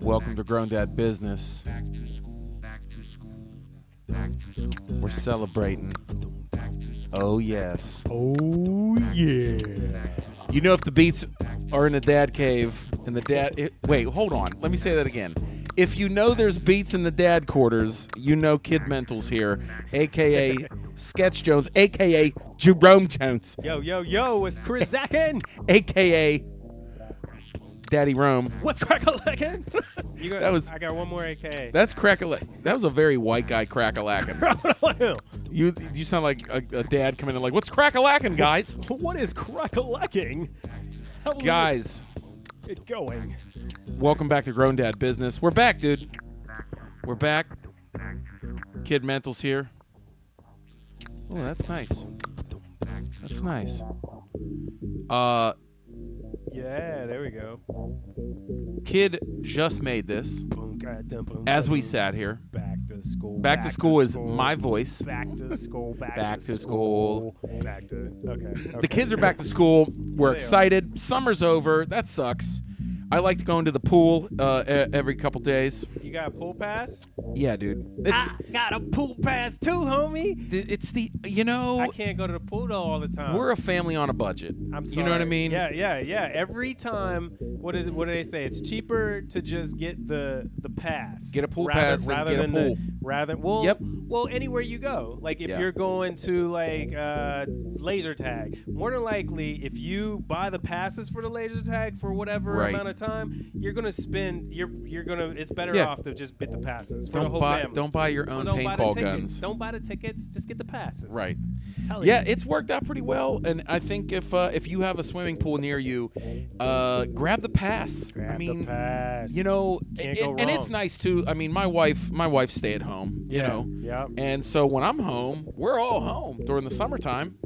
Welcome to Grown Dad Business. We're celebrating. Oh, yes. Oh yeah. You know, if the beats are in the dad cave and the dad. It, wait, hold on. Let me say that again. If you know there's beats in the dad quarters, you know Kid Mental's here, aka Sketch Jones, aka Jerome Jones, Yo yo yo, it's Chris Zakin. aka Daddy Rome. What's crack a lackin'? You got, That was- I got one more AK. That's crack a That was a very white guy crack a lacking. You you sound like a, a dad coming in like, what's crack a lacking, guys? what is crack a lacking? How is Guys, it going? welcome back to Grown Dad Business. We're back, dude. We're back. Kid Mental's here. Oh, that's nice. That's nice. Uh, Yeah, there we go. Kid just made this Boom, goddamn, boom, as we goddamn. sat here. Back to school. Back to school is my voice. Back to school. Back, Back to to school. Back to okay. The okay. kids are back to school. We're are. excited. Summer's over. That sucks. I like to go into the pool uh, e- every couple days. Ah. You got a pool pass? Yeah, dude. It's got a pool pass too, homie. th- it's the you I know can't go to the pool though all the time. we're a family on a budget. I'm You know what I sorry. mean? Yeah, yeah, yeah. Every time, what is what do they say? It's cheaper to just get the the pass. Get a pool rather, pass than rather get a than pool. The, rather, well, Yep. Well, anywhere you go, like if Yeah. you're going to like uh, laser tag, more than likely, if you buy the passes for the laser tag for whatever Right. amount of time, you're gonna spend. You're you're gonna. It's better Yeah. off to just get the passes for the Don't whole buy family. don't buy your So own don't buy the paintball tickets. guns. Don't buy the tickets. Just get the passes. Right. Hell Yeah, it's worked out pretty well, and I think if uh, if you have a swimming pool near you, uh, grab the pass. Grab I mean, the pass. you know, Can't it- go and it's wrong. nice too. I mean, my wife my wife stay at home. You Yeah, know. yep. And so when I'm home, we're all home during the summertime.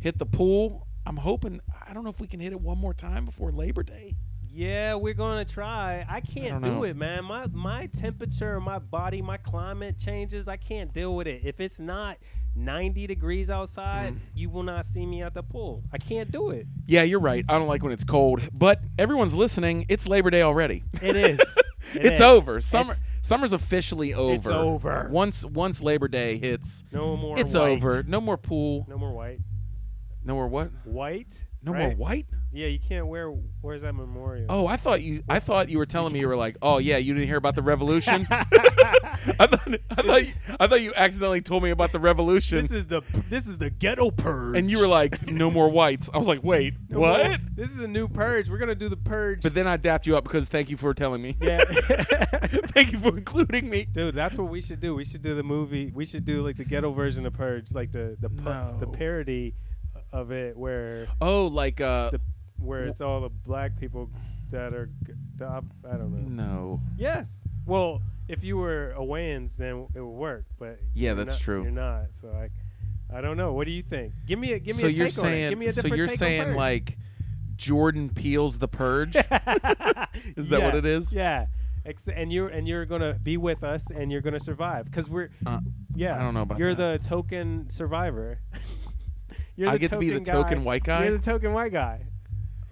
Hit the pool. I'm hoping. I don't know if we can hit it one more time before Labor Day. Yeah, we're gonna try. I can't don't know. do it, man. My my temperature, my body, my climate changes. I can't deal with it. If it's not 90 degrees Mm. outside, you will not see me at the pool. I can't do it. Yeah, you're right. I don't like when it's cold, but everyone's listening. It's Labor Day already. It is. It it's is. over. Summer It's summer's officially over. over. Once once Labor Day hits, no more. it's white. over. No more pool. No more white. No more what? White. No more right? white? Yeah, you can't wear. Where's that memorial? Oh, I thought you I thought you were telling me you were like, "Oh yeah, you didn't hear about the revolution?" I thought I thought you, I thought you accidentally told me about the revolution This is the this is the ghetto purge. and you were like, "No more whites." I was like, "Wait, No more- what?" This is a new purge. We're gonna do the purge. But then I dapped you up because thank you for telling me. yeah. thank you for including me. Dude, that's what we should do. We should do the movie. We should do like the ghetto version of Purge, like the the pa- the No. parody of it, where Oh, like uh the where it's all the black people that are. g- The, op- I don't know. no. Yes. Well, if you were a Wayans, then it would work. But Yeah, you're that's not- true. You're not. So I, I don't know. What do you think? Give me a give me so a you're take on it. saying Give me a so different you're take on saying Purge. like Jordan Peele's The Purge? Is that Yeah, what it is? Yeah. Ex- and you're and you're gonna be with us, and you're gonna survive because we're Uh, Yeah, I don't know about you're that. the token survivor. you're I get to be the token white guy? You're the token white guy.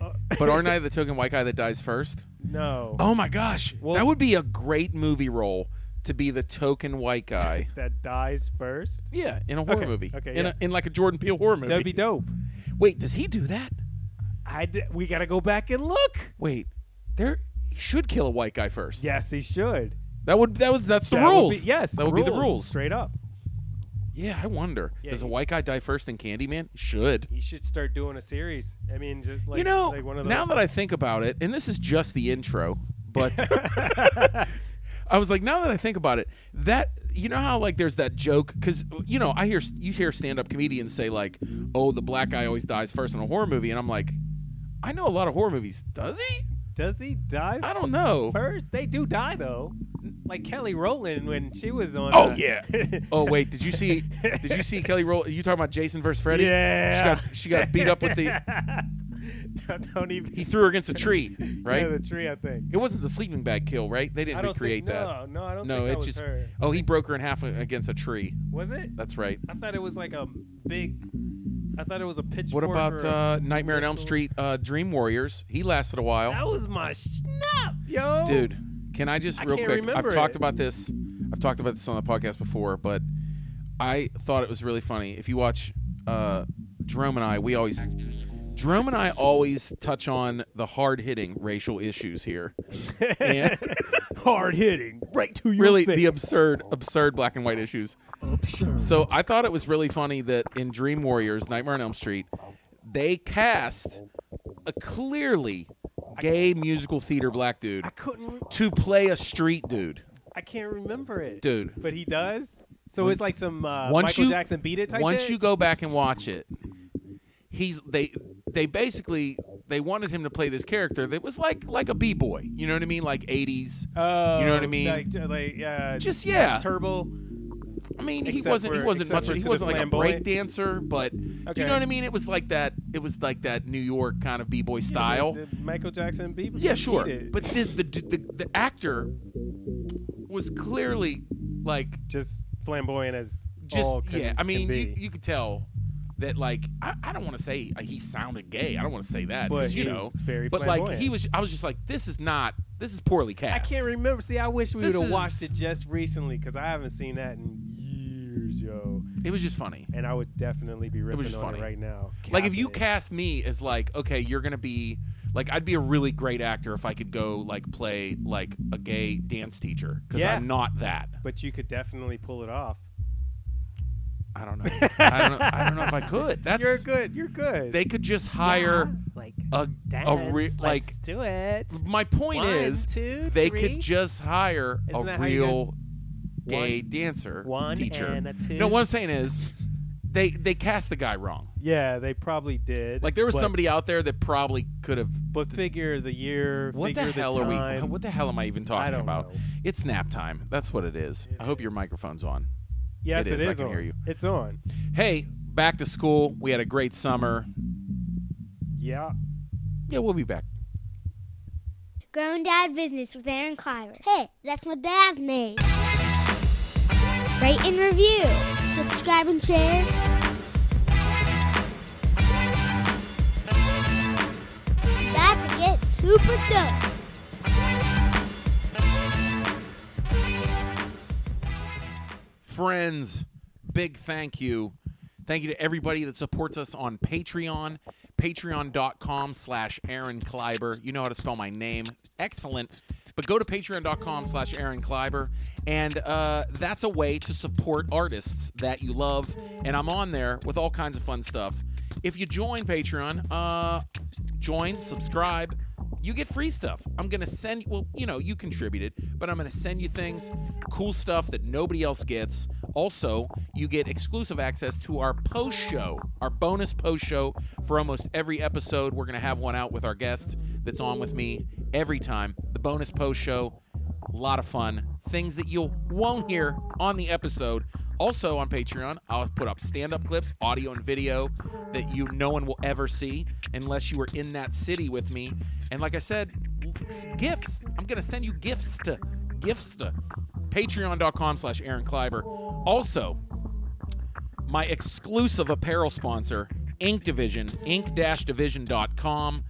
Oh, but aren't I the token white guy that dies first? no, Oh my gosh, Well- that would be a great movie role to be the token white guy. that dies first. yeah, in a horror Okay, movie. okay, in, yeah. a, in like a Jordan Peele horror movie. That'd be dope. Wait, does he do that? I d- we gotta go back and look. Wait, there he should kill a white guy first. Yes, he should. That would that would that's the That would rules. be- yes, that would be the rules. Straight up, Yeah, I wonder. Yeah, does a he- white guy die first in Candyman? Should. he should start doing a series. I mean, just like you know, like one of those. now that I think about it, and this is just the intro, but I was like, now that I think about it, that you know how like there's that joke because you know I hear you hear stand up comedians say like, oh, the black guy always dies first in a horror movie, and I'm like, I know a lot of horror movies. Does he? does he die I don't know. first? They do die though. Like Kelly Rowland when she was on. Oh uh, yeah. Oh wait, did you see? Did you see Kelly Roll? You talking about Jason versus Freddy? Yeah. She got she got beat up with the. don't even. He threw her against a tree, right? Yeah, the tree, I think. it wasn't the sleeping bag kill, right? They didn't I don't recreate think, that. No, no, I don't No, think that it was just. her. Oh, he broke her in half against a tree. Was it? That's right. I thought it was like a big. I thought it was a pitchfork. What about or a- uh, Nightmare on Elm whistle. Street? Uh, Dream Warriors. He lasted a while. That was my snap, yo. dude can i just I real can't quick i've remember talked it. about this i've talked about this on the podcast before but i thought it was really funny if you watch uh jerome and i we always jerome and i always touch on the hard-hitting racial issues here and hard hitting, right to your really face. the absurd absurd black and white issues so i thought it was really funny that in dream warriors nightmare on elm street they cast a clearly gay musical theater black dude I couldn't. to play a street dude I can't remember it, dude But he does. So it's like some uh, Once Michael you- Jackson beat it type. once shit? you go back and watch it he's they they basically they wanted him to play this character that was like like a b-boy you know what i mean like 80s Oh, you know what I mean? Like, uh, like yeah, just uh, yeah turbo. i mean he except wasn't he for- wasn't except much for he to the wasn't like a break flamboyant. dancer but do Okay. you know what i mean it was like that it was like that new york kind of b-boy style Did Michael Jackson beat. yeah beat sure it? but the the, the the actor was clearly like just flamboyant as all just can- yeah i can mean you, be. you could tell that like i, I don't want to say uh, he sounded gay i don't want to say that But because you he know was very but like flamboyant. he was i was just like this is not this is poorly I cast can't remember. See, I wish we This would have watched is- it just recently because I haven't seen that in years, yo. it was just funny And I would definitely be was ripping just on funny. it right now. like if you Capping it. cast me as like okay you're gonna be like i'd be a really great actor if i could go like play like a gay dance teacher because Yeah. i'm not that but you could definitely pull it off. i don't know i don't know i don't know if i could that's you're good. You're good. they could just hire like a a re- like do it. my point One, is two, they three. could just hire Isn't a that how you real gay dancer one teacher. and a two. No, what I'm saying is they they cast the guy wrong. Yeah, they probably did. Like there was but, somebody out there that probably could have. But figure the year. What the figure hell the are we? time. What the hell am I even talking don't about? know. It's nap time. That's what it is. It I hope your is. microphone's on. Yes, It it is, is. I can on. hear you. It's on. Hey, back to school. We had a great summer. Yeah. Yeah, we'll be back. Grown Dad Business with Aaron Cliver. Hey, that's my dad's name. Rate and review. Subscribe and share. About to get super dope. friends, big thank you. Thank you to everybody that supports us on Patreon, patreon.com slash Aaron Kleiber. You know how to spell my name. Excellent. But go to patreon.com slash Aaron Kleiber. And uh, that's a way to support artists that you love. And I'm on there with all kinds of fun stuff. If you join Patreon, uh, join, subscribe, you get free stuff. I'm gonna send well, you know, you contributed, but I'm gonna send you things, cool stuff that nobody else gets. Also, you get exclusive access to our post show, our bonus post show for almost every episode. We're gonna have one out with our guest that's on with me every time. The bonus post show, a lot of fun. Things that you won't hear on the episode. Also on Patreon, I'll put up stand up clips, audio and video that you no one will ever see unless you are in that city with me. And like I said, s- gifts. I'm going to send you gifts to gifts to patreon.com slash Aaron Kleiber. Also, my exclusive apparel sponsor, Ink Division, ink-division.com.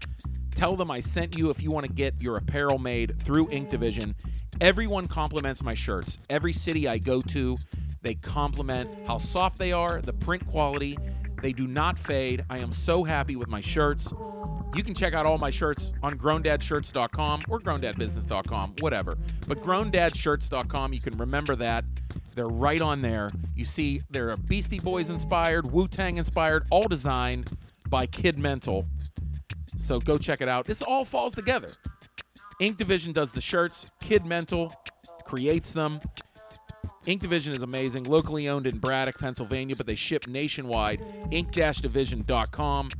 Tell them I sent you if you want to get your apparel made through Ink Division. Everyone compliments my shirts. Every city I go to, they compliment how soft they are, the print quality. They do not fade. I am so happy with my shirts. Um, You can check out all my shirts on growndadshirts.com or growndadbusiness.com, whatever. But growndadshirts.com, you can remember that. They're right on there. You see, they're a Beastie Boys inspired, Wu Tang inspired, all designed by Kid Mental. So go check it out. This all falls together. Ink Division does the shirts, Kid Mental creates them. Ink Division is amazing, locally owned in Braddock, Pennsylvania, but they ship nationwide. Ink-division.com.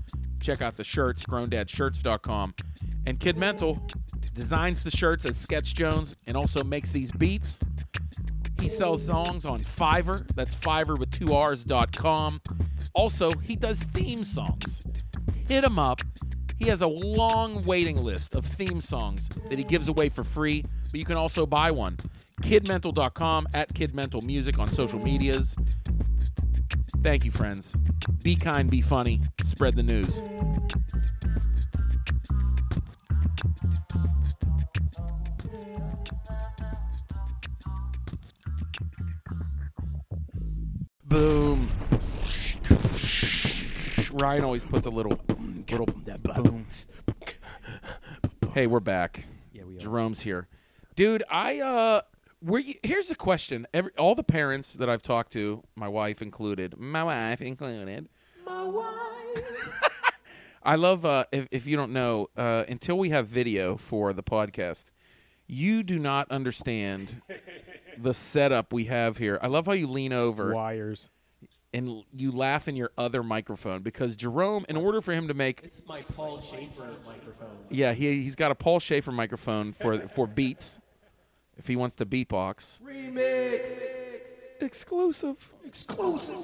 Check out the shirts, grown-dad-shirts.com. And Kid Mental designs the shirts as Sketch Jones and also makes these beats. He sells songs on Fiverr. That's Fiverr with two R's dot com. Also, he does theme songs. Hit him up. He has a long waiting list of theme songs that he gives away for free, but you can also buy one. Kidmental.com at Kidmental Music on social medias. Thank you, friends. Be kind, be funny, spread the news. Boom. Ryan always puts a little little that boom. Hey, we're back. Yeah, we are. Jerome's here. Dude, I uh were you, here's the question. Every all the parents that I've talked to, my wife included, my wife included. I love uh if, if you don't know, uh until we have video for the podcast, you do not understand the setup we have here. I love how you lean over Wires. and l- you laugh in your other microphone because Jerome, in order for him to make This is my Paul Schaefer microphone. Yeah, he he's got a Paul Schaefer microphone for for beats. If he wants to beatbox. Remix. Exclusive. Exclusive.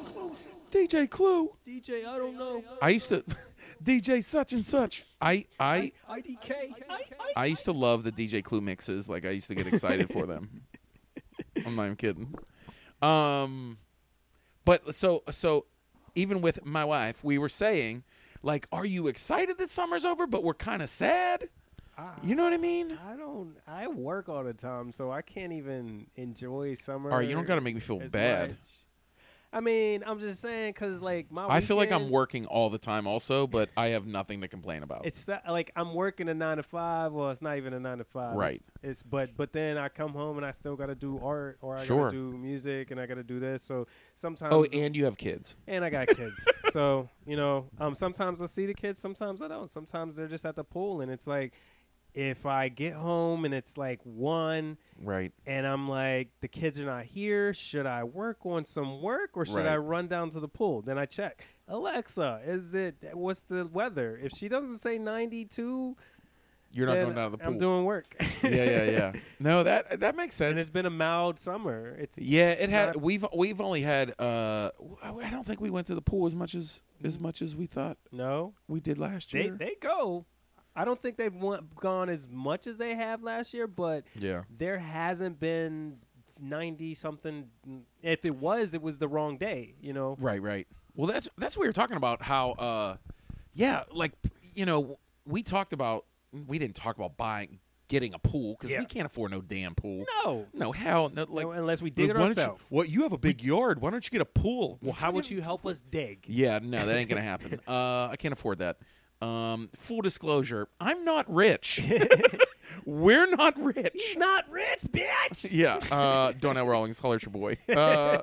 DJ Clue. DJ, I don't know. I used to DJ such and such. I I IDK. I used to love the DJ Clue mixes. Like I used to get excited for them. I'm not even kidding. Um, but so so, even with my wife, we were saying, like, are you excited that summer's over? But we're kind of sad. You know what I mean? I don't. I work all the time, so I can't even enjoy summer. All right, you don't got to make me feel as bad. much. I mean, I'm just saying because like my. I feel like I'm weekends- working all the time, also, but I have nothing to complain about. It's not- like I'm working a nine to five. Well, it's not even a nine to five. Right. It's, it's- but but then I come home and I still got to do art or I Sure. got to do music and I got to do this. So sometimes oh, and you have kids. and I got kids. so, you know, um, sometimes I see the kids, sometimes I don't. Sometimes they're just at the pool, and it's like, if I get home and it's like one, Right. and I'm like, the kids are not here, should I work on some work or should Right. I run down to the pool? Then I check, Alexa, is it, what's the weather? If she doesn't say 92, You're not then going down to the pool. I'm doing work. yeah, yeah, yeah. No, that that makes sense. and it's been a mild summer. It's Yeah, it it's had. not- we've we've only had. Uh, w- I don't think we went to the pool as much as as much as we thought no, we did last they, year. they go. I don't think they've won- gone as much as they have last year, but yeah, there hasn't been 90 something if it was it was the wrong day you know right, right. Well, that's that's what we were talking about. How, uh, yeah, like you know, we talked about we didn't talk about buying getting a pool because Yeah. we can't afford no damn pool. no No, hell, no. Like No, unless we dig it why don't you- ourselves What you have a big yard? Why don't you get a pool? well how would you help us dig Yeah, no, that ain't gonna happen. Uh, I can't afford that. Um, full disclosure, I'm not rich. We're not rich. he's not rich bitch Yeah, uh, Donnell Rawlings, holler at your boy, uh,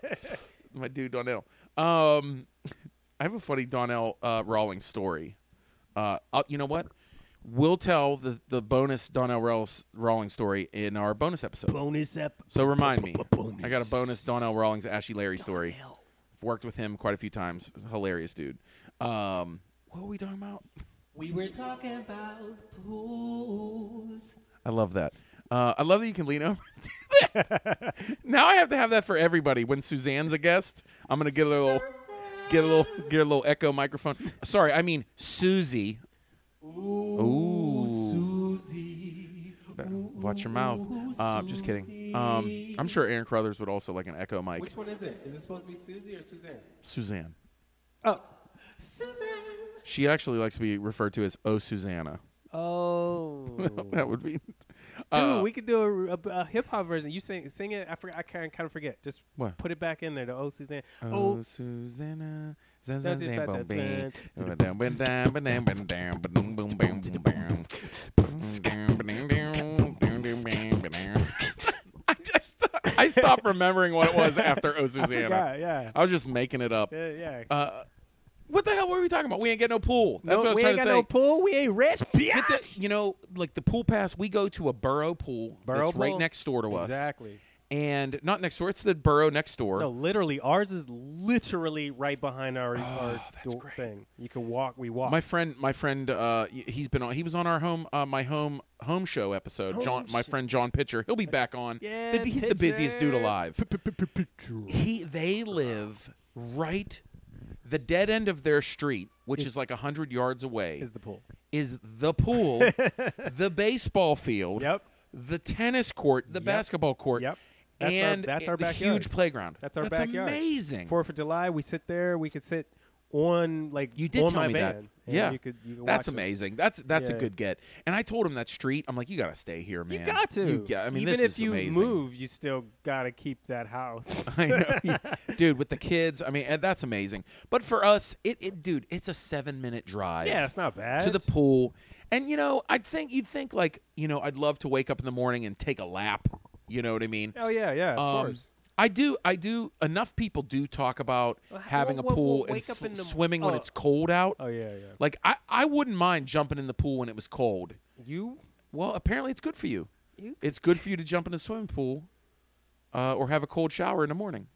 my dude Donnell. Um, I have a funny Donnell uh, Rawlings story. Uh, I'll, you know what? We'll tell the the bonus Donnell Rawls, Rawlings story in our bonus episode. bonus up So remind me, I got a bonus Donnell Rawlings, Ashy Larry story. I've worked with him quite a few times. Hilarious dude. Um, what were we talking about? we were talking about pools I love that. Uh, I love that you can lean over. and do that. now I have to have that for everybody. When Suzanne's a guest, I'm gonna get a little, get a little, get a little echo microphone. Sorry, I mean Susie. Oh. Ooh, Susie Better Watch your mouth. Uh, just kidding. Um, I'm sure Aaron Crothers would also like an echo mic. which one is it is it supposed to be Susie or Suzanne Suzanne. oh Suzanne She actually likes to be referred to as Oh Susanna. oh That would be. Dude, Uh, we could do a, a- a hip hop version. You sing sing it. I forget. I kind kind of forget. Just What? put it back in there. The old Suzanne. Oh, Oh, Susanna. That's it, that's it, that's I just I stopped remembering what it was after Oh I forgot. Susanna. Yeah. I was just making it up. Yeah. yeah. Uh, what the hell were we talking about? We ain't get no pool. No, That's what I was we trying ain't to got say. no pool. We ain't rich. Get Bitch. the, you know, like the pool pass, we go to a borough pool Borough that's right pool? next door to us. Exactly. And not next door, it's the borough next door. No, literally, ours is literally right behind our, our Oh, that's door great. thing. You can walk. We walk. My friend, my friend, uh, y- he's been on. He was on our home, uh, my home, home show episode. John, my friend John Pitcher, he'll be back on. Yeah, The- he's the busiest dude Pitcher. alive. He, they live right, the dead end of their street, which is like hundred yards away, is the pool. is the pool, the baseball field, Yep. the tennis court, the basketball court. Yep. That's our- and that's our a backyard. huge playground. That's our backyard. Amazing. Fourth of July, we sit there. We could sit on like you did on tell my me van. that. and Yeah, you could. You could that's watch it. amazing. That's that's Yeah. a good get. And I told him that street. I'm like, you gotta stay here, man. You got to. You got- I mean, even this if is you amazing. move, you still gotta keep that house. I know, dude. With the kids, I mean, and that's amazing. But for us, it, it dude, it's a seven minute drive. yeah, it's not bad. to the pool. And you know, I'd think you'd think like, you know, I'd love to wake up in the morning and take a lap. You know what I mean? Oh yeah, yeah, of um, course. I do. I do. Enough people do talk about Well, how- having well, a well, pool well, and wake up sl- in the- swimming when oh. it's cold out. Oh yeah, yeah. Like I, I wouldn't mind jumping in the pool when it was cold. You, Well, apparently it's good for you. you It's good for you to jump in a swimming pool, uh, or have a cold shower in the morning.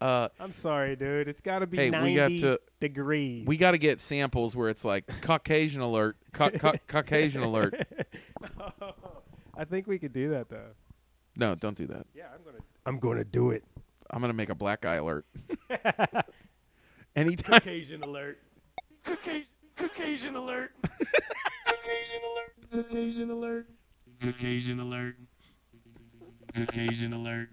Uh, I'm sorry, dude. It's got to be Hey, 90 we have to- degrees. we got to get samples where it's like Caucasian alert, ca- ca- Caucasian alert. I think we could do that though. No, don't do that. Yeah, I'm gonna. I'm gonna do it. I'm gonna make a black guy alert. Anytime. Caucasian alert. Caucasian, Caucasian alert. Caucasian alert. Caucasian alert. Caucasian alert. Caucasian alert.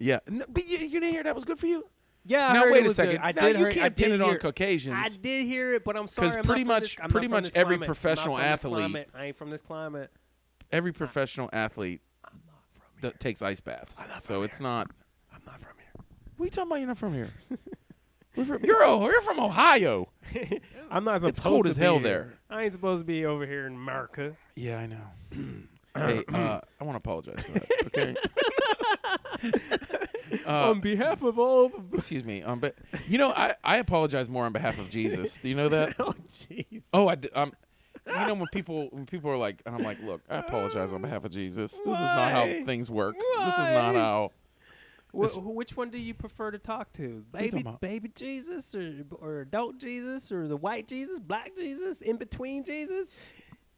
Yeah. No, but you, you didn't hear that was good for you. Yeah. I now heard it wait a was good. second. I now did you hear- I can't did pin it on hear- Caucasians. I did hear it, but I'm sorry. 'Cause I'm pretty not from much- this- I'm not pretty from much this every climate. I'm not professional from this athlete- climate. I ain't from this climate. Every professional athlete d- takes ice baths, so it's not. I'm not from here. We talking about you're not from here. We're from, you're o- you're from Ohio. I'm not supposed It's cold to as hell be there. Here. I ain't supposed to be over here in America. Yeah, I know. hey, uh, I want to apologize for that. Okay. Uh, on behalf of all of the excuse me. Um, but you know, I, I apologize more on behalf of Jesus. Do you know that? Oh jeez. Oh, I did. Um, you know when people when people are like, and I'm like, look, I apologize on behalf of Jesus. This is not how Why? things work. This is not Why? how. Wh- wh- which one do you prefer to talk to? are you talking Baby about? baby Jesus or or adult Jesus or the white Jesus, black Jesus, in between Jesus,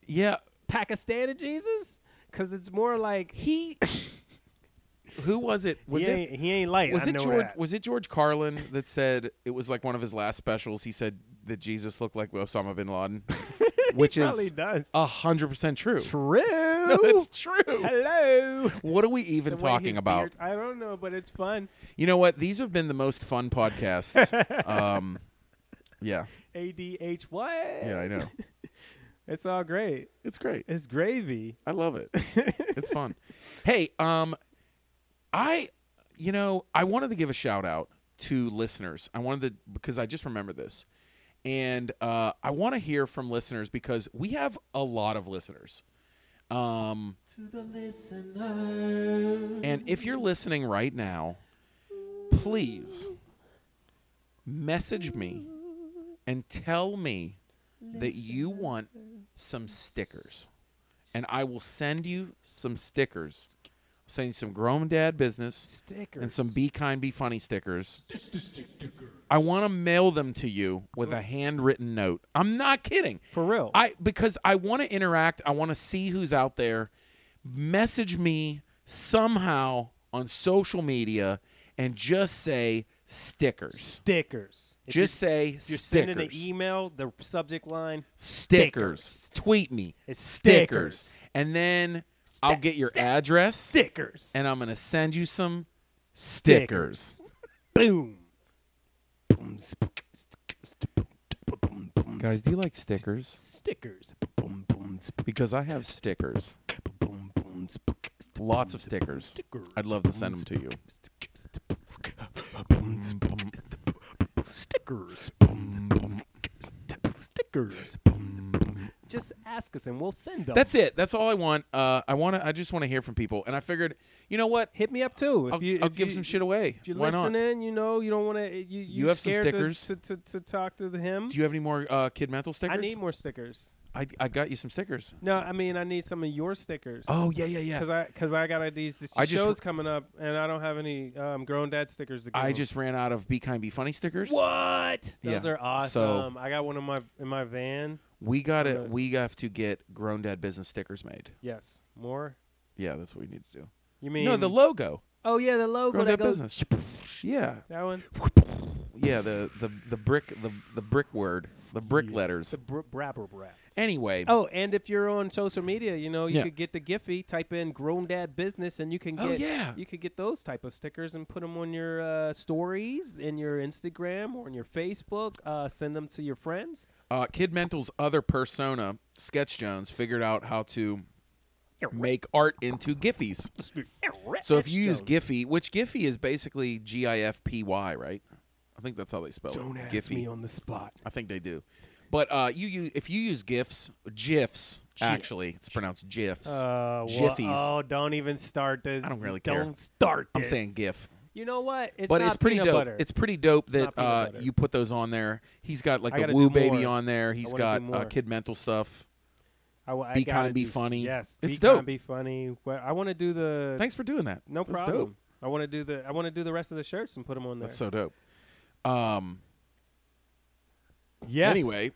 Yeah, Pakistani Jesus? Cuz it's more like he. who was it? Was he, it ain't, he ain't light. was I it know George that. was it George Carlin that said it was like one of his last specials? He said that Jesus looked like Osama bin Laden, which probably is does. a hundred percent true. True. It's true. Hello. What are we even The way talking his about? beard- I don't know, but it's fun. You know what? These have been the most fun podcasts. um, yeah, ADH what? yeah, I know. It's all great. It's great. It's gravy. I love it. it's fun. Hey, um I you know, I wanted to give a shout out to listeners. I wanted to because I just remember this. And uh I want to hear from listeners because we have a lot of listeners. Um To the listener. and if you're listening right now, please message me and tell me that you want some stickers. And I will send you some stickers. Send you some Grown Dad Business Stickers. and some Be Kind, Be Funny stickers. I want to mail them to you with a handwritten note. I'm not kidding. For real. I because I want to interact. I want to see who's out there. Message me somehow on social media and just say stickers. stickers. If just say you're, you're stickers. sending an email, the subject line. stickers. stickers. Tweet me. It's stickers. And then I'll get your address Stickers. and I'm going to send you some stickers. boom. Guys, do you like stickers? Stickers. Because I have stickers. Lots of stickers. Stickers. I'd love to send them to you. Stickers. Stickers. Just ask us and we'll send them. That's it. That's all I want. Uh, I want to. I just want to hear from people. And I figured, you know what? Hit me up too. If I'll, you, I'll if give you- some shit away. If you're Why not? listening, you know you don't want to. You, you have some scared to- stickers? to, to, to talk to the him. Do you have any more uh, kid mental stickers? I need more stickers. I, I got you some stickers. No, I mean I need some of your stickers. Oh yeah, yeah, Cause yeah. I, cause I got these this I just- shows coming up, and I don't have any um, grown dad stickers. To give I them. just ran out of be kind, be funny stickers. what? Those Yeah. are awesome. I got one in my in my van. We got to Okay. We have to get grown dad business stickers made. Yes, more. Yeah, that's what we need to do. You mean no, the logo. oh yeah, the logo Grown that dad goes business. Yeah. that one. yeah, the the the brick the the brick word, the brick letters. The br- brabber brap. Anyway, Oh, and if you're on social media, you know you Yeah. could get the Giphy. Type in "Grown Dad Business" and you can Oh, get yeah. you could get those type of stickers and put them on your uh, stories in your Instagram or on your Facebook. Uh, send them to your friends. uh, Kid Mental's other persona, Sketch Jones, figured out how to make art into Giphies. So if you use Giphy, which Giphy is basically G I F P Y, right? I think that's how they spell don't it. ask Giphy. me on the spot. I think they do. But uh, you, you if you use GIFs, GIFs actually, it's pronounced GIFs. Uh, Jiffies. oh, don't even start this. I don't really don't care. start. I'm this. saying GIF. You know what? It's but not it's pretty peanut dope. butter. It's pretty dope that not peanut uh, butter. you put those on there. He's got like I the gotta Woo do Baby more. on there. He's wanna got do uh, more. Kid Mental stuff. I w- I be gotta kind, be do- funny. Yes, It's be dope. kind, be funny. Well, I want to do the Thanks for doing that. No That's problem. Dope. I want to do the I want to do the rest of the shirts and put them on there. That's so dope. Um. yes. Anyway,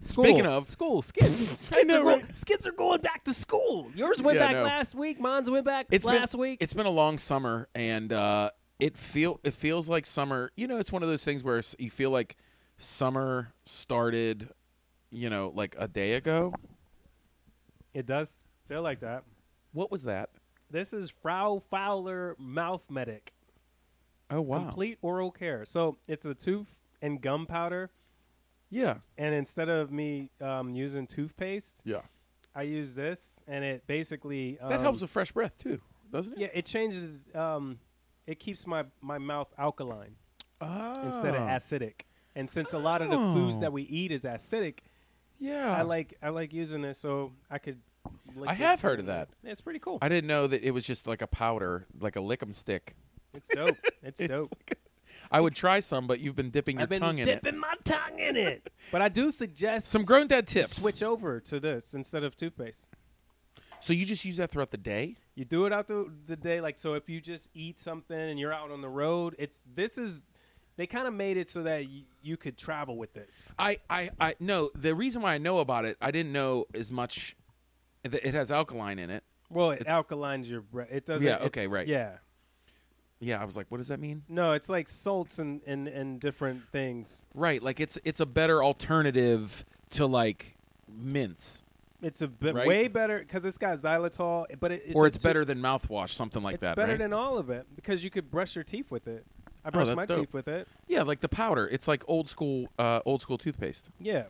school. speaking of- school skits, skits, know, are go- right? skits are going back to school. Yours went Yeah, I back know. last week. Mine's went back it's been- last week. It's been a long summer, and uh, it feel it feels like summer. You know, it's one of those things where s- you feel like summer started. You know, like a day ago. It does feel like that. What was that? This is Frau Fowler Mouth Medic, Oh wow! complete oral care. So it's a tooth and gum powder, Yeah, and instead of me um, using toothpaste, yeah. I use this, and it basically um, That helps with fresh breath too, doesn't it? Yeah, it changes. Um, it keeps my my mouth alkaline. Oh. instead of acidic. And since a lot of the foods Oh. that we eat is acidic, Yeah, I like I like using it so I could. lick I it have heard and- of that. It's pretty cool. I didn't know that it was just like a powder, like a lick'em stick. It's dope. It's, dope. I would try some, but you've been dipping your I've been tongue in it. dipping my tongue in it. But I do suggest Some grown dad tips. switch over to this instead of toothpaste. So you just use that throughout the day? You do it out the, the day, like so. If you just eat something and you're out on the road, it's this is. They kind of made it so that y- you could travel with this. I, I, I no. The reason why I know about it, I didn't know as much. that It has alkaline in it. Well, it alkalines your breath. It doesn't. Yeah, okay, it's- right. Yeah. Yeah, I was like, what does that mean? No, it's like salts and, and, and different things. Right, like it's it's a better alternative to like mints, It's a bit Right? way better because it's got xylitol, but it, it's or a it's two- better than mouthwash, something like it's that. better right? Oh, than all of it because you could brush your teeth with it. I brush that's my dope. teeth with it. yeah, like the powder. It's like old school, uh, old school toothpaste. Yeah,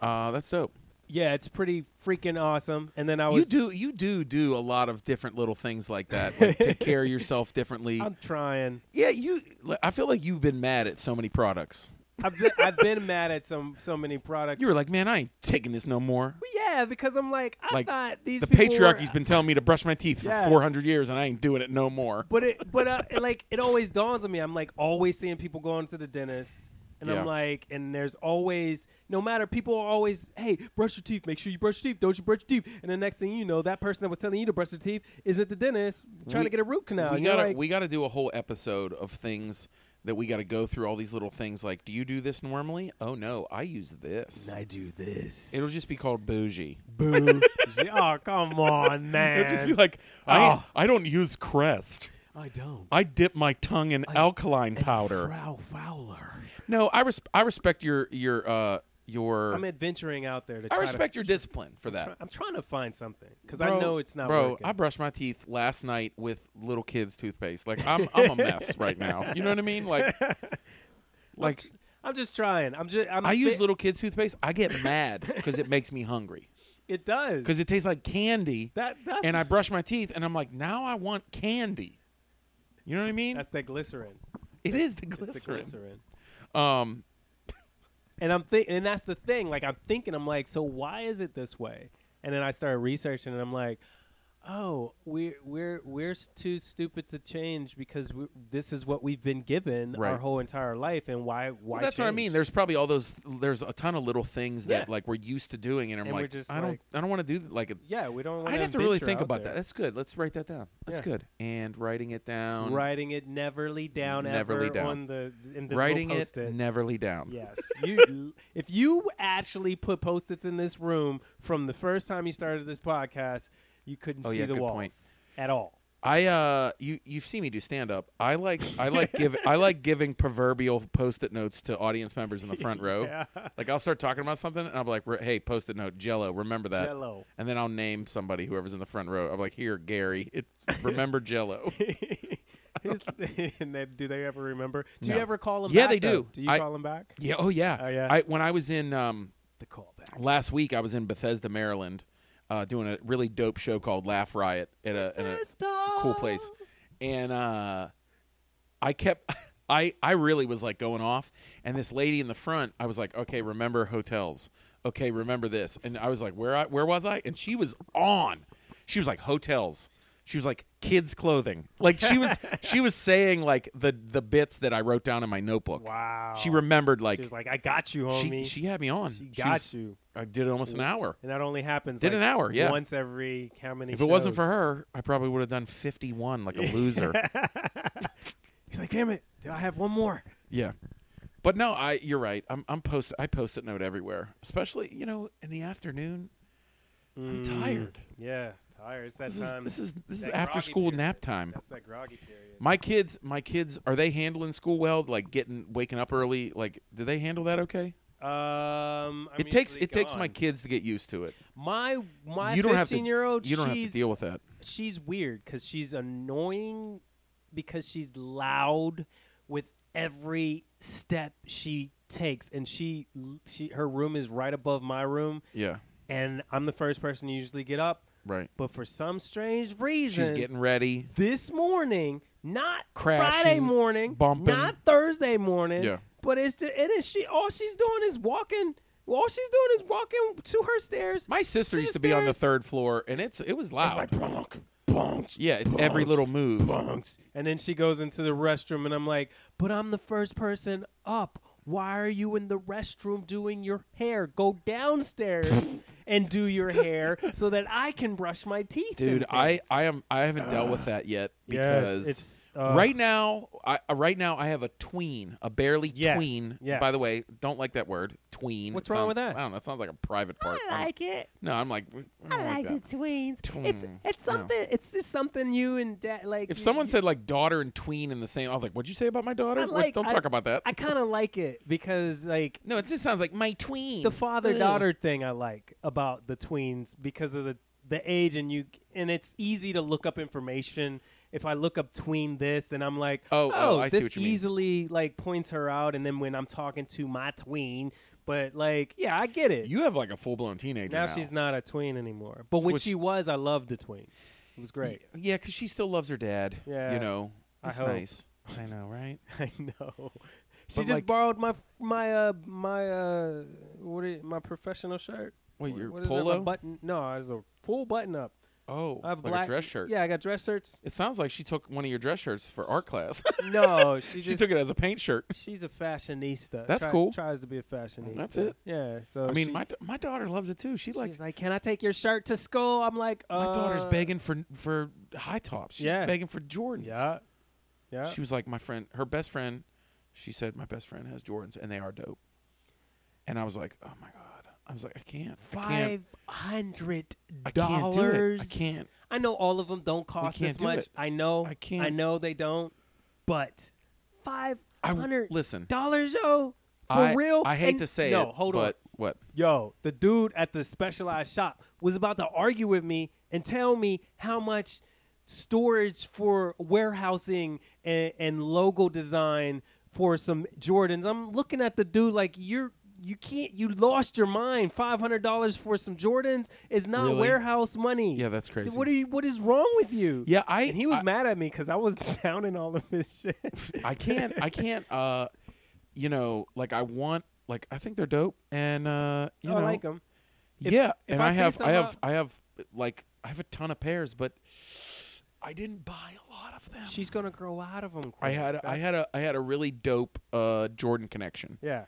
Uh, that's dope. yeah, it's pretty freaking awesome. And then I You was do you do do a lot of different little things like that. Like take care of yourself differently. I'm trying. yeah, you. I feel like you've been mad at so many products. I've been, I've been mad at some so many products. You were like, man, I ain't taking this no more. Well, yeah, because I'm like I Like, thought these The people were- patriarchy's been telling me to brush my teeth for Yeah. 400 years, and I ain't doing it no more. But it, but uh, it, like it always dawns on me. I'm like always seeing people going to the dentist, and Yeah. I'm like, and there's always no matter people are always, hey, brush your teeth. Make sure you brush your teeth. Don't you brush your teeth? And the next thing you know, that person that was telling you to brush your teeth is at the dentist trying We- to get a root canal. we And you're gotta like, we gotta do a whole episode of things that we gotta go through. All these little things like, do you do this normally? Oh no, I use this. I do this. It'll just be called bougie. boo. oh come on, man. It'll just be like, I Oh. I don't use Crest. I don't. I dip my tongue in alkaline powder. Frau Fowler. No, I res- I respect your your uh your I'm adventuring out there to. I try respect to, your discipline for that. I'm trying to find something because Bro, I know it's not Bro, working. I brushed my teeth last night with little kids toothpaste. Like I'm I'm a mess right now. You know what I mean? Like like I'm just trying. I'm just. I'm I use thi- little kids toothpaste. I get mad cuz it makes me hungry It does. cuz it tastes like candy. That that's and I brush my teeth and I'm like, "Now I want candy." You know what I mean? that's that glycerin. It is the It's the glycerin. glycerin. Um And I'm think and that's the thing. Like I'm thinking, I'm like, so why is it this way? And then I started researching, and I'm like, oh, we're we're we're s- too stupid to change because we, this is what we've been given our Right. whole entire life, and why why? Well, that's what I change? mean. There's probably all those. There's a ton of little things that Yeah. like we're used to doing, and I'm And we're like, just I don't, like- I don't want to do th- like. A, Yeah, we don't. I'd wanna have to really adventure think out about there. that. That's good. Let's write that down. That's Yeah. good. And writing it down. Writing it neverly down, Um, Neverly ever down. on the invisible Writing post-it. it neverly down. Yes. You, if you actually put post-its in this room from the first time you started this podcast, you couldn't Oh, see yeah, the good walls point. at all. I uh you you've seen me do stand up. I like I like give I like giving proverbial post-it notes to audience members in the front row. Yeah. Like I'll start talking about something and I'll be like, "Re- "Hey, post-it note, Jello, remember that." Jell-O. And then I'll name somebody whoever's in the front row. I'm like, "Here, Gary, it, remember Jello." Who's- and then, do they ever remember? Do No. you ever call them? Yeah, back, they though? do. Do you I- call them back? yeah, oh yeah. Oh, yeah. I when I was in um The callback. last week I was in Bethesda, Maryland, uh, doing a really dope show called Laugh Riot at a, at a Uh, cool place, and uh, I kept. I, I really was like going off, and this lady in the front, I was like, okay, remember hotels, okay, remember this, and I was like, where I, where was I? And she was on, she was like hotels, she was like kids clothing, like she was she was saying like the the bits that I wrote down in my notebook. Wow. She remembered like She was like, "I got you, she, homie. she had me on. She She got was- you." I did almost an hour. And that only happens Did an like, hour, yeah. once every how many? If it wasn't for shows? her, I probably would have done 51 like a loser. he's like, "Damn it! Do I have one more?" yeah. But no, I you're right. I'm I'm post I post it note everywhere, especially, you know, in the afternoon. I'm tired. Yeah, tired. It's that This is time. this is this is Mm. that after groggy school period. nap time. That's that groggy period. My kids, my kids, are they handling school well? Like getting waking up early, like do they handle that okay? Um, I'm it takes usually it takes my gone. kids to get used to it. My my you don't have to, fifteen year old. You don't have she's, to deal with that. She's weird because she's annoying because she's loud with every step she takes, and she she her room is right above my room, Yeah. and I'm the first person to usually get up. Right. But for some strange reason, She's getting ready. this morning, not Crashing, Friday morning, bumping. not Thursday morning. Yeah. But it's the and it's she all she's doing is walking. All she's doing is walking to her stairs. My sister To used the to be on the stairs. third floor, and it's it was loud. like, bonk, bonk. Yeah, it's every little move. And then she goes into the restroom, and I'm like, but I'm the first person up. Why are you in the restroom doing your hair? Go downstairs and do your hair so that I can brush my teeth. Dude, and I things." I am I haven't dealt with that yet Yes, because it's, uh, right now I uh, right now I have a tween, a barely Yes, tween. yes. By the way, don't like that word, tween. What's It wrong with sounds- that? I don't know. It sounds like a private part. I'm- it. no, I'm like "Mm, I, don't like, that. tweens. It's Oh Tween. it's No. something. It's just something you and dad like. If you- someone you- said like daughter and tween in the same, I was like, "What'd you say about my daughter? I What- like- don't I- talk about that." I kind of like it because like no, it just sounds like my tween. the father Ugh. daughter thing I like about the tweens because of the the age and you and it's easy to look up information. If I look up tween this, then I'm like, Oh, oh, I see this what you mean. easily like points her out. And then when I'm talking to my tween, but like, yeah, I get it. You have like a full blown teenager now now. she's not a tween anymore, but when Which- she was, I loved the tweens. It was Y- great. Yeah, because she still loves her dad. Yeah, you know, I that's hope. nice. I know, right? I know. She But, just like- borrowed my my uh my uh what is, my professional shirt. Wait, Wh- your is it? My polo? button? No, it's a full button up. Oh, I have like black a dress shirt. Yeah, I got dress shirts. It sounds like she took one of your dress shirts for art class. No, she, she just, took it as a paint shirt. She's a fashionista. That's Try- cool. Tries to be a fashionista. That's it. Yeah. So I mean, Oh, she- my da- my daughter loves it too. She she's likes. like, can I take your shirt to school? I'm like, uh, my daughter's begging for for high tops. She's yeah. begging for Jordans. Yeah. Yeah. She was like, my friend, her best friend. She said, my best friend has Jordans, and they are dope. And I was like, oh my god. I was like, I can't. I can't. Five hundred I can't do it. dollars. I can't. I know all of them don't cost can't this do much. it. I know. I can't. I know they don't. But five I w- hundred listen. dollars, yo, for I, real. I hate And- to say no, it. hold on. but What? Yo, the dude at the specialized shop was about to argue with me and tell me how much storage for warehousing and, and logo design for some Jordans. I'm looking at the dude like you're you can't you lost your mind. Five hundred dollars for some Jordans is not Really? warehouse money. Yeah, that's crazy. What are you? What is wrong with you? Yeah, I- And he was I- mad at me because I was downing all of his shit. I can't. I can't. Uh, you know, like I want. Like I think they're dope, and uh, you Oh, I know, like him. If- yeah. if and I I see have, some I have, out- I have, like I have a ton of pairs, but I didn't buy a lot of them. She's gonna grow out of him. I had, I had a, I had a really dope uh, Jordan connection. yeah.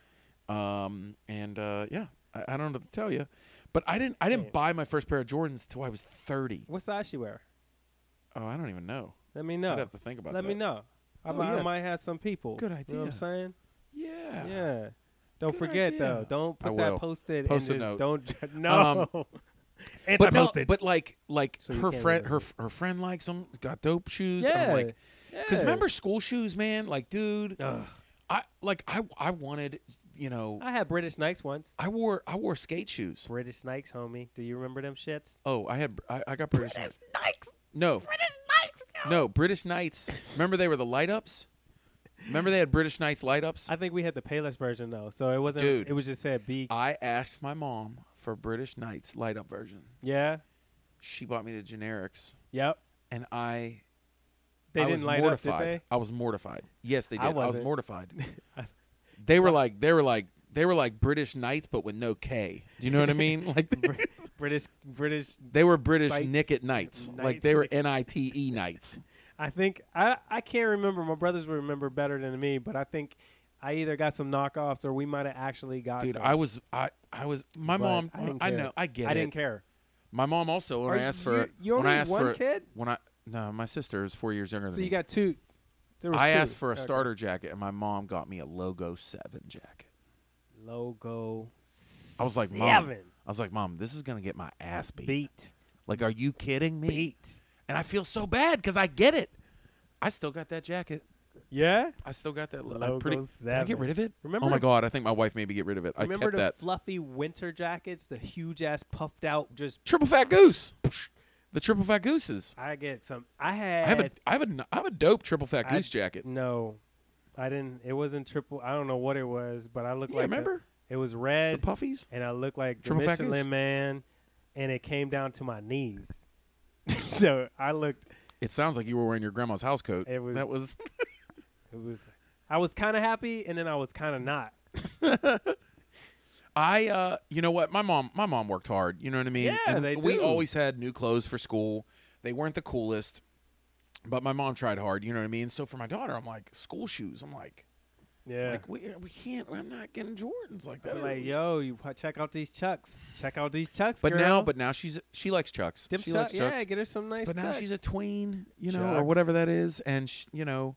Um, and uh, yeah, I, I don't know what to tell you, but I didn't, I didn't buy my first pair of Jordans till I was thirty. What size she wear? Oh, I don't even know. Let me know. I'd have to think about Let that. me know. I, Oh, might, I yeah. might have some people. Good You know what idea. I'm saying? Yeah. Yeah. Don't Good forget idea. though. Don't I put that will. posted. Post a and just note. Don't. no. Anti but no, but like like So you her can't friend really- her her friend likes them. Got dope shoes. yeah, I'm like, because yeah. remember school shoes, man. Like, dude, Ugh. I like I I wanted you know I had British Nikes once. I wore I wore skate shoes. British Nikes, homie. Do you remember them shits? Oh, I had I, I got British, Knights. No, British Knights. No. British Knights. Remember they were the light ups. Remember they had British Knights light ups. I think we had the Payless version though, so it wasn't. Dude. it was just said B. I asked my mom for British Knights light up version. yeah, She bought me the generics, yep. and I They I didn't was light mortified. up, did I was mortified. Yes, they I did. I, was wasn't. mortified. they were like they were like they were like British Knights, but with no K. Do you know what I mean? Like they? Br- British, British. they were British Sites. Nick at Knights. Like Knights. they were N I T E Knights. I think I, I can't remember. My brothers would remember better than me, but I think I either got some knockoffs or we might have actually got. Dude, some. I was I I was my But mom. I didn't I, care. know I get I it. didn't care. My mom also when Are I asked for you- you when only I had asked one for kid? when I no my sister is four years younger than So me. you got two. There was I two. asked for a Okay. starter jacket and my mom got me a logo seven jacket. logo. I was like, Mom, seven I was like, Mom, this is gonna get my ass beat. beat Like, are you kidding me? beat. And I feel so bad because I get it. I still got that jacket. Yeah. I still got that. Logo Logo pretty, Did I get seven. rid of it? Remember oh my the- god! I think my wife made me get rid of it. I Remember kept the that fluffy winter jackets, the huge ass puffed out. Just triple fat goose. The triple fat gooses. I get some. I had. I have a I have a n- I have a dope triple fat I- goose jacket. no, I didn't. It wasn't triple. I don't know what it was, but I looked Yeah, like the- remember it was the red, puffies? and I looked like the Triple fat goose. Michelin Man, and it came down to my knees. so I looked. It sounds like you were wearing your grandma's house coat. It was- that was It was. I was kind of happy, and then I was kind of not. I uh you know what my mom my mom worked hard you know what I mean Yeah, and they we do. always had new clothes for school they weren't the coolest but my mom tried hard you know what I mean so for my daughter I'm like school shoes I'm like Yeah. like we we can't I'm not getting Jordans like that I'm like, yo, you wa- check out these chucks. Check out these chucks. but girl. now but now she's she likes Chucks Them she chuck- likes Chucks yeah, get her some nice. but now she's a chucks. tween you know or Chucks. whatever that is and sh- you know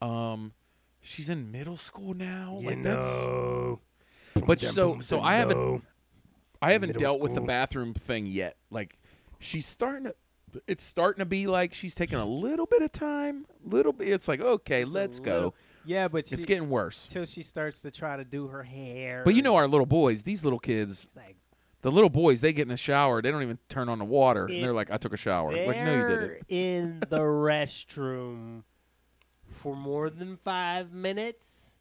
um she's in middle school now You like that's know. But so- so I haven't- No. I haven't middle dealt with the school. bathroom thing yet. Like she's starting to it's starting to be like she's taking a little bit of time. Little bit it's like, okay, Just a let's little- go. Yeah, but It's she- getting worse. till she starts to try to do her hair. But you know our little boys, these little kids, it's like the little boys, they get in the shower, they don't even turn on the water. And If they're like, I took a shower. they're Like, no, you didn't. in the restroom for more than five minutes.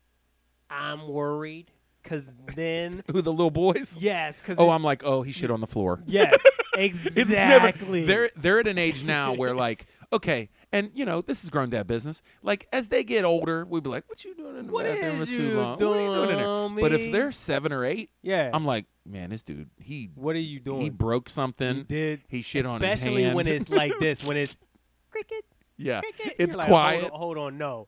I'm worried because then Who the little boys? yes, because Oh, I'm like, oh, he shit on the floor. yes, It's never- exactly. they're they're at an age now where like, okay, and you know, this is grown dad business. Like as they get older, we'd be like, What you doing in the What bathroom? is It's you too long. what are you doing in there? But if dummy? they're seven or eight, yeah. I'm like, man, this dude, he what are he you doing? broke something. You did He shit on his especially when hand. it's like this when it's cricket yeah, cricket. it's You're like, quiet. Hold on, hold on, no,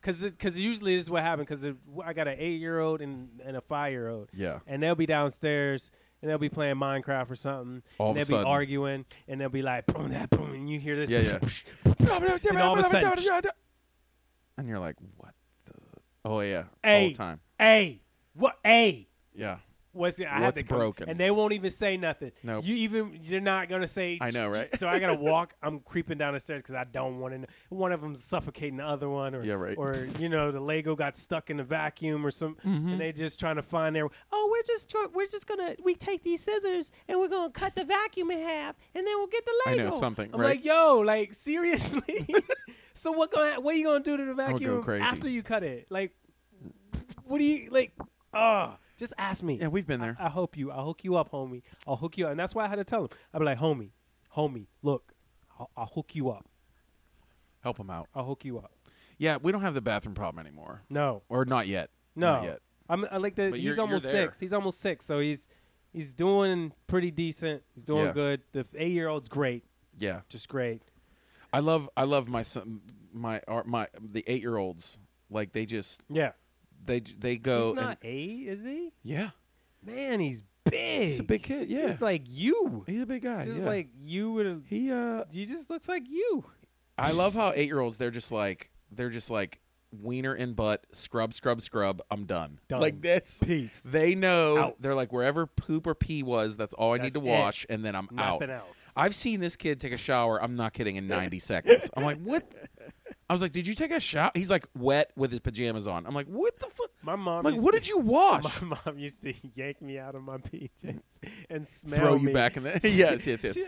because because usually this is what happens. Because I got an eight year old and, and a five year old, Yeah, and they'll be downstairs and they'll be playing Minecraft or something. All of and a they'll sudden. be arguing and they'll be like, boom, that boom, and you hear this. yeah, yeah. Then all of a sudden- and you're like, what? the? Oh yeah, all Hey. the time. Hey, what? Hey. Yeah, What's it? I have What's to come- broken? and they won't even say nothing. Nope. you even you're not gonna say. I know, right? so I gotta walk. I'm creeping down the stairs because I don't want to. know. One of them's suffocating the other one, or Yeah, right. or you know the Lego got stuck in the vacuum or some, Mm-hmm. and they just trying to find their. Oh, we're just tr- we're just gonna we take these scissors and we're gonna cut the vacuum in half, and then we'll get the I know, Lego. something, I'm right? like, yo, like seriously. so what gonna what are you gonna do to the go vacuum crazy. after you cut it? Like, what do you like? Uh, just ask me. yeah. We've been there. I, I hope you. I'll hook you up, homie. I'll hook you up. And that's why I had to tell him. I'd be like, homie, homie, look, I'll, I'll hook you up. Help him out. I'll hook you up. Yeah, we don't have the bathroom problem anymore, No, or not yet. no. Not yet. I'm I like the. But you're- He's you're almost there. six. He's almost six. So he's he's doing pretty decent. He's doing Yeah. good. The eight year old's great. Yeah, Just great. I love I love my son my our, my the eight year olds. Like they just Yeah. they they go he's and not eight, is he? yeah. Man, he's big. He's a big kid. Yeah, He's like you. he's a big guy. Just yeah. like you would have. he uh He just looks like you. I love how eight year olds they're just like they're just like wiener and butt, scrub, scrub, scrub. I'm done. Done. Like that's Peace. They know Out. they're like wherever poop or pee was. That's all I That's need to it. wash, and then I'm out. Nothing else. I've seen this kid take a shower. I'm not kidding. In 90 seconds, I'm like, what? I was like, did you take a shower? He's like wet with his pajamas on. I'm like, what the fuck? my mom. Like, used what to- did you wash? My mom used to yank me out of my PJs and smell Throw you me. back in the yes, yes, yes. She-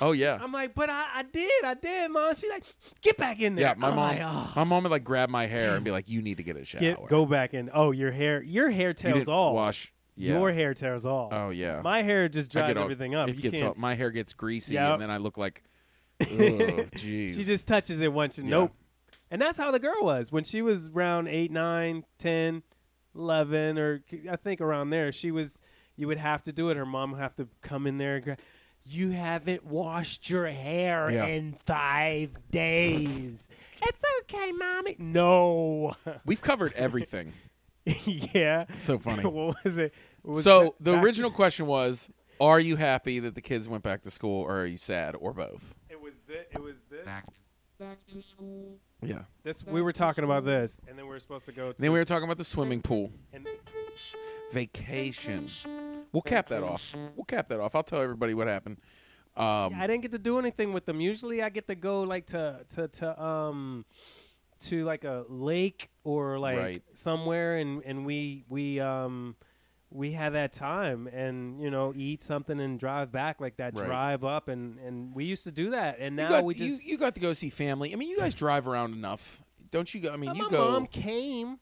Oh yeah. I'm like, but I, I did, I did, mom. She's like, get back in there. Yeah, my I'm mom. like, "Ah." My mom would like grab my hair and be like, "You need to get a shower. Get, go back in. Oh, your hair, your hair you tells didn't all. wash. Yeah. Your hair tells all. Oh yeah. My hair just I get dries all- everything up. It you gets can't. all- my hair gets greasy, Yep. and then I look like, oh jeez. She just touches it once and Yeah. nope. And that's how the girl was when she was around 8, 9, 10, 11 or I think around there. She was you would have to do it. Her mom would have to come in there and gra- you haven't washed your hair Yeah. in 5 days. it's okay, mommy. No. We've covered everything. yeah. so funny. what was it? Was so that the back- original question was, "Are you happy that the kids went back to school, or are you sad, or both?" it was thi- it was this. Yeah. This we were talking about this and then we were supposed to go to Then we were talking about the swimming pool. and Vacation. We'll cap that off. We'll cap that off. I'll tell everybody what happened. Um, I didn't get to do anything with them. Usually, I get to go like to to to um to like a lake or like Right. somewhere, and and we we um we had that time and you know eat something and drive back like that Right. drive up and and we used to do that and now you got, we you- just you, got to go see family. I mean, you guys drive around enough, don't you? Go, I mean, my you go. mom came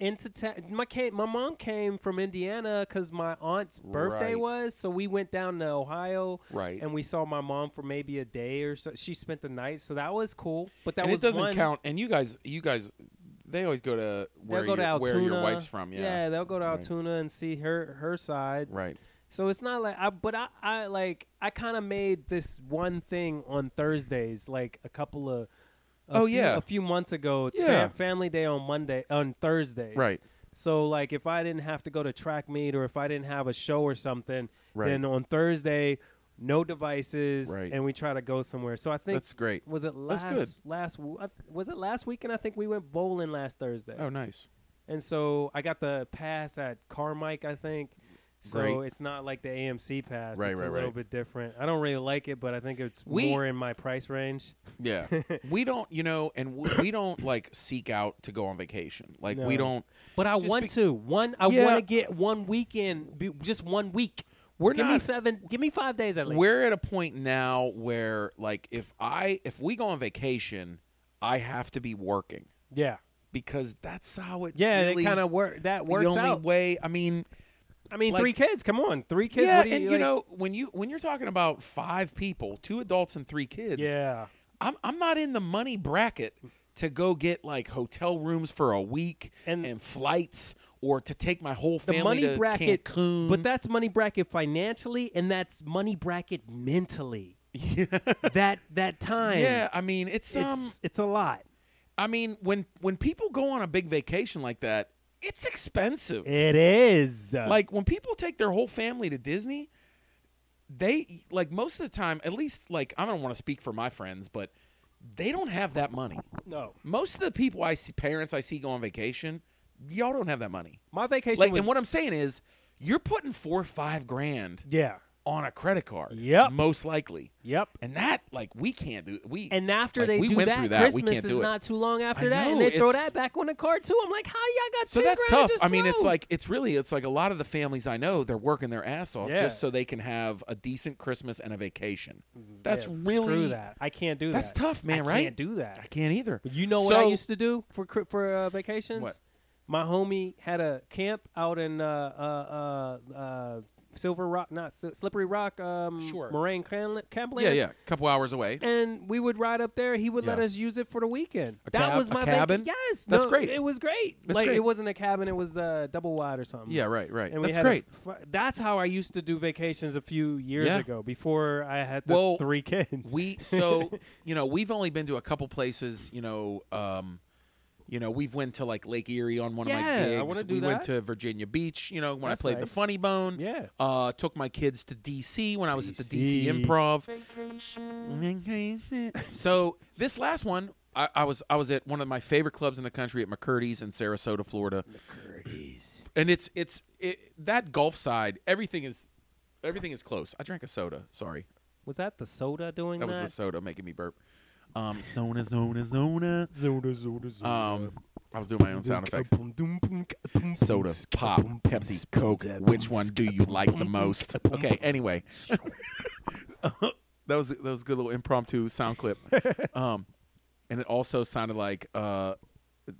into ta- my came my mom came from Indiana because my aunt's birthday Right. was so we went down to Ohio Right. and we saw my mom for maybe a day or so she spent the night so that was cool but that and was it doesn't one- count. And you guys, you guys, they always go to they'll where go your, to Altoona where your wife's from. Yeah. they'll go to Right. Altoona and see her her side Right. so it's not like I but I I like I kind of made this one thing on Thursdays like a couple of a Oh, few- yeah. a few months ago it's Yeah. fam- family day on Monday on Thursdays Right. so like if I didn't have to go to track meet or if I didn't have a show or something Right. then on Thursday no devices Right. and we try to go somewhere so I think That's great. was it That's last good. last w- I th- was it last weekend I think we went bowling last Thursday Oh, nice. and so I got the pass at Carmike, I think. So Great. it's not like the AMC pass. Right, it's right, a little right. bit different. I don't really like it, but I think it's We- more in my price range. Yeah. we don't, you know, and we, we don't like seek out to go on vacation. Like we No. don't. But I Just want be- to. One I Yeah. want to get one weekend, be, just one week. We're give me not. seven, give me 5 days at least. We're at a point now where, like, if I if we go on vacation, I have to be working yeah. because that's how it. Yeah, really, it kind of work that works The only out. way. I mean, I mean, like- 3 kids, come on. 3 kids, yeah, what do you and you like- know when you when you're talking about five people, two adults and three kids. Yeah. I'm I'm not in the money bracket to go get like hotel rooms for a week And- and, flights or to take my whole The family money to bracket, Cancun. but that's money bracket financially, and that's money bracket mentally. that that time, yeah, I mean it's um it's it's a lot. I mean when when people go on a big vacation like that, it's expensive. It is. like when people take their whole family to Disney, they like most of the time, at least like I don't want to speak for my friends, but they don't have that money. no, Most of the people I see parents I see go on vacation, y'all don't have that money. my vacation like, was and what I'm saying is, you're putting four or five grand yeah, on a credit card. Yep. most likely. yep. And that, like, we can't do. We And after like, they we do went that, through that. we Christmas can't is do it. not too long after I that, and know, they throw it's- that back on the card too. I'm like, how do y'all got so two that's grand tough. just I mean, it's thrown? like it's really it's like a lot of the families I know they're working their ass off Yeah. just so they can have a decent Christmas and a vacation. That's Mm-hmm. Yeah, really screw that. I can't do that's that. tough, man, I right? can't do that. I can't either. You know what I So- used to do for cri- for uh, vacations? What? My homie had a camp out in uh, uh, uh, uh, Silver Rock, not Sil- Slippery Rock, um, Sure. Moraine Cam- Camplands. Yeah, yeah, a couple hours away. and we would ride up there. He would let Yeah. us use it for the weekend. A that cab- was a my cabin? vac- Yes, That's no, great. It was great. That's like great. it wasn't a cabin; it was uh, double wide or something. yeah, right, right. and we that's had a great. fu- that's how I used to do vacations a few years Yeah. ago before I had the Well, three kids. we so you know we've only been to a couple places you know um you know we've went to like lake erie on one Yeah, I of my wanna gigs do we went that. to virginia beach you know when i That's played the nice. funny bone Yeah. uh took my kids to dc when i was at the dc DC. improv so this last one I, I was I was at one of my favorite clubs in the country at McCurdy's in Sarasota, Florida, and it's it's it, that golf side. Everything is everything is close. I drank a soda. Sorry, Was that the soda doing that that? was the soda making me burp. Um, soda, soda, soda. Soda, soda, soda. Um, I was doing my own sound effects. Soda, pop, Pepsi, Coke. Which one do you like the most? Okay. Anyway, that was that was a good little impromptu sound clip. Um, and it also sounded like uh,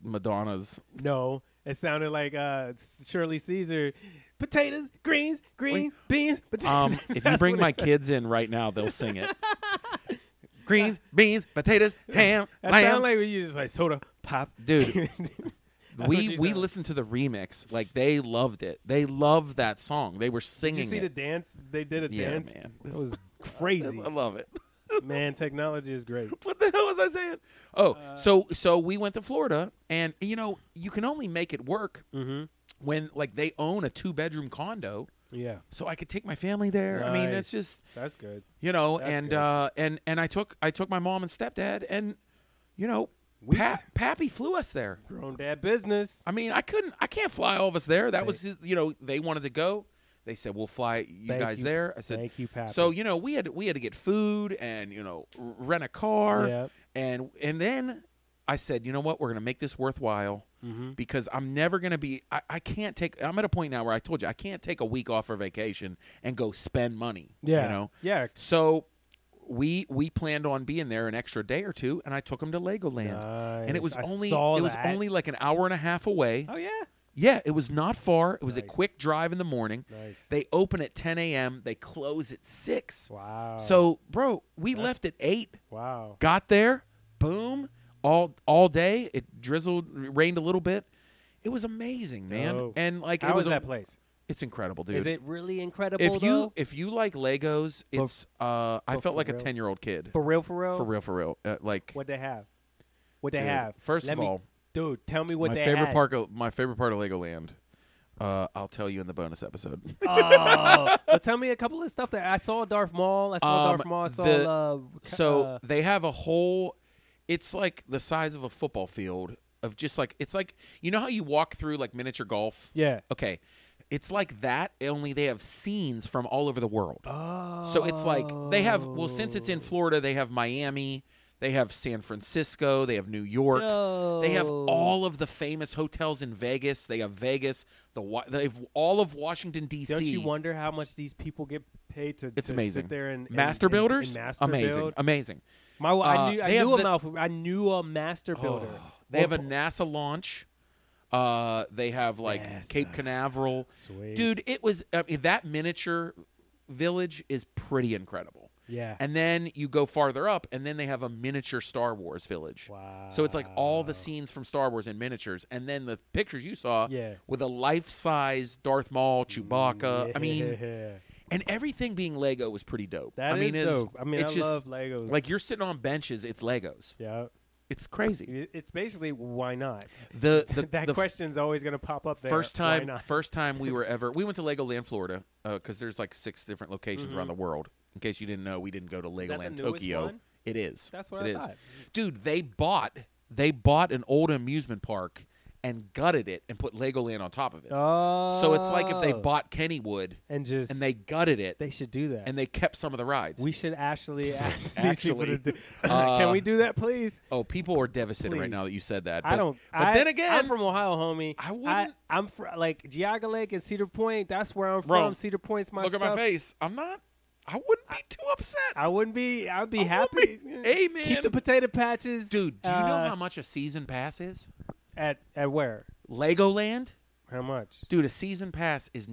Madonna's No, it sounded like uh, Shirley Caesar. Potatoes, greens, green beans. Potatoes. Um, if you That's bring what my it said. kids in right now, they'll sing it. Greens, beans, potatoes, ham, that lamb. sounded like you just like soda pop, Dude. That's what we you we sound. listened to the remix. Like they loved it. They loved that song. They were Did singing you see it. the dance? They did a Yeah, dance. man. It was crazy. I love it. man, technology is great. What the hell was I saying? Oh, Uh, so so we went to Florida, and you know you can only make it work when like they own a two bedroom condo. Yeah. So I could take my family there. I mean, it's Nice. just That's good. you know That's and good. uh and and i took i took my mom and stepdad and you know Pa- pappy flew us there Grown dad business. i mean i couldn't i can't fly all of us there that was you know they wanted to go they said we'll fly you Thank guys you- there i said thank you, Pappy. so you know we had we had to get food and you know r- rent a car Yep. and and then i said you know what we're gonna make this worthwhile Mm-hmm. because i'm never gonna be I, I can't take i'm at a point now where i told you i can't take a week off for vacation and go spend money Yeah. you know Yeah. so we we planned on being there an extra day or two, and I took him to Legoland, and Nice. it was I only saw it was that. only like an hour and a half away. Oh yeah. Yeah, it was not far. It was a Nice. quick drive in the morning. Nice. They open at 10 a.m. They close at six. Wow. So, bro, we left at eight. wow. Got there, boom, all all day. It drizzled, rained a little bit. It was amazing, man. Dope. And like Oh. How it was is a- that place? It's incredible, dude Is it really incredible if you though? if you like Legos, it's uh I felt but for like a real? ten year old kid for real, for real, for real for real uh, like What they have? What they Dude, have? first Let of me- all, dude, tell me what my they favorite had. part of, my favorite part of Legoland. Uh, I'll tell you in the bonus episode. Oh, but tell me a couple of stuff that I saw Darth Maul. I saw Um, Darth Maul. I saw the- uh, so uh, they have a whole. It's like the size of a football field of just like it's like you know how you walk through like miniature golf. yeah. Okay, it's like that. Only they have scenes from all over the world. Oh, So it's like they have well since it's in Florida, they have Miami, they have San Francisco, they have New York. They have Dope. all of the famous hotels in Vegas. They have Vegas, the Wa- they've all of Washington D.C. Oh. Don't you wonder how much these people get paid to, it's to amazing. sit there and and- master and- and builders, master amazing, build? amazing. My, wa- I Uh, knew, I they have knew a the- mouth. I knew a master builder. Oh, they have a NASA launch. Uh, they have like Cape Canaveral. uh, Sweet. Dude, it was I mean, that miniature village is pretty incredible. Yeah. And then you go farther up, and then they have a miniature Star Wars village. Wow. So it's like all the scenes from Star Wars in miniatures, and then the pictures you saw Yeah. with a life-size Darth Maul, Chewbacca. I mean, Yeah. and everything being Lego was pretty dope. That I mean, is it's, dope. I mean, it's I just love Legos. like you're sitting on benches. It's Legos. yeah, It's crazy. It- it's basically why not? The the, that the question's always going to pop up. There. First why time, not? first time we were ever. We went to Legoland, Florida, because there's like six different locations around the world. In case you didn't know, we didn't go to Mm-hmm. that the Legoland newest Tokyo. one? It is. That's what it I is. thought. Dude, they bought they bought an old amusement park and gutted it and put Legoland on top of it. Oh, So it's like if they bought Kennywood and just and they gutted it they should do that. and they kept some of the rides. we should actually ask these people Actually, to do. uh, Can we do that, please? oh, people are devastated right Please. now that you said that. I but- don't. But I, then again, I'm from Ohio, homie. I wouldn't- I, am fr- like Geauga Lake and Cedar Point. That's where I'm Bro, from. Cedar Point's my look stuff. at my face. I'm not. I wouldn't be too upset. I wouldn't be. I'd be I happy. wouldn't be- Hey, man. Keep the potato patches, Dude, do you know uh, how much a season pass is? At at where? Legoland? How much? Dude, a season pass is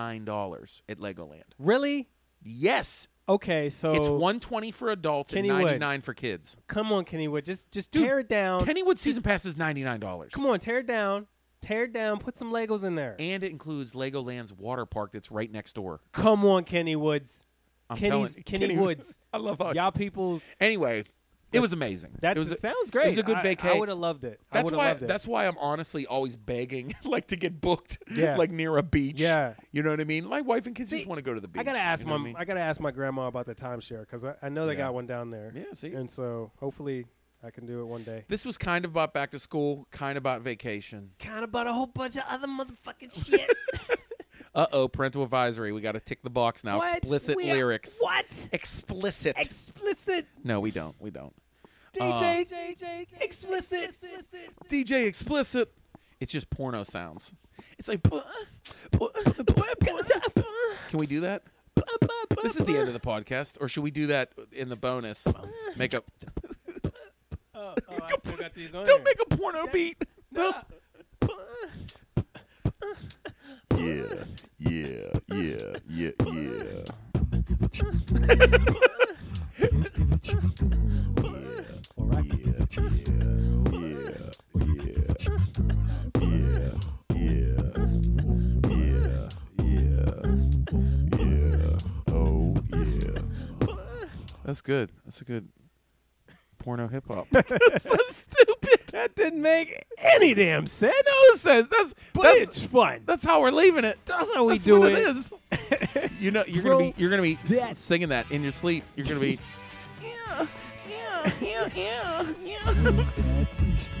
$99 at Legoland. Really? Yes. Okay, so it's 120 for adults and Kennywood. 99 for kids. Come on, Kennywood, just just Dude, tear it down. Kennywood season pass is $99. Oh, Come on, tear it down. Tear it down. Put some Legos in there. And it includes Legoland's water park that's right next door. Come on, Kenny Woods. I'm Kenny's, telling- Kenny, Kenny- Woods. I love how- y'all people. Anyway, it was amazing. That it was a- sounds great. It was a good I- I, would vacation. have loved it. I That's would've why. Loved it. That's why I'm honestly always begging, like, to get booked, Yeah. like near a beach. Yeah. you know what I mean. My wife and kids just See, want to go to the beach. I gotta ask you know what my. I, mean? gotta ask my grandma about the timeshare because I, I know they Yeah. got one down there. Yeah, see? And so hopefully I can do it one day. This was kind of about back to school, kind of about vacation. Kind of about a whole bunch of other motherfucking shit. Uh oh, parental advisory. We got to tick the box now. What? Explicit We are- lyrics. what? Explicit. Explicit. no, we don't. We don't. Uh. DJ. explicit. DJ explicit. It's just porno sounds. It's like. "Puh, puh, puh, puh, puh." Can we do that? This is the end of the podcast, or should we do that in the bonus? Make a Oh, oh, I still got these on don't here. make a porno beat. No. Yeah, yeah, yeah, yeah, yeah. Or I Yeah, yeah, yeah, yeah, yeah, yeah, yeah, yeah. Oh yeah. That's good. That's a good porno hip hop. so stupid. That didn't make any damn sense. no sense. That's but that's, it's fun. that's how we're leaving it. That's how we That's do what it. is. you know, you're gonna be you're gonna be s- That- singing that in your sleep. You're gonna be. yeah, yeah, yeah, yeah, yeah.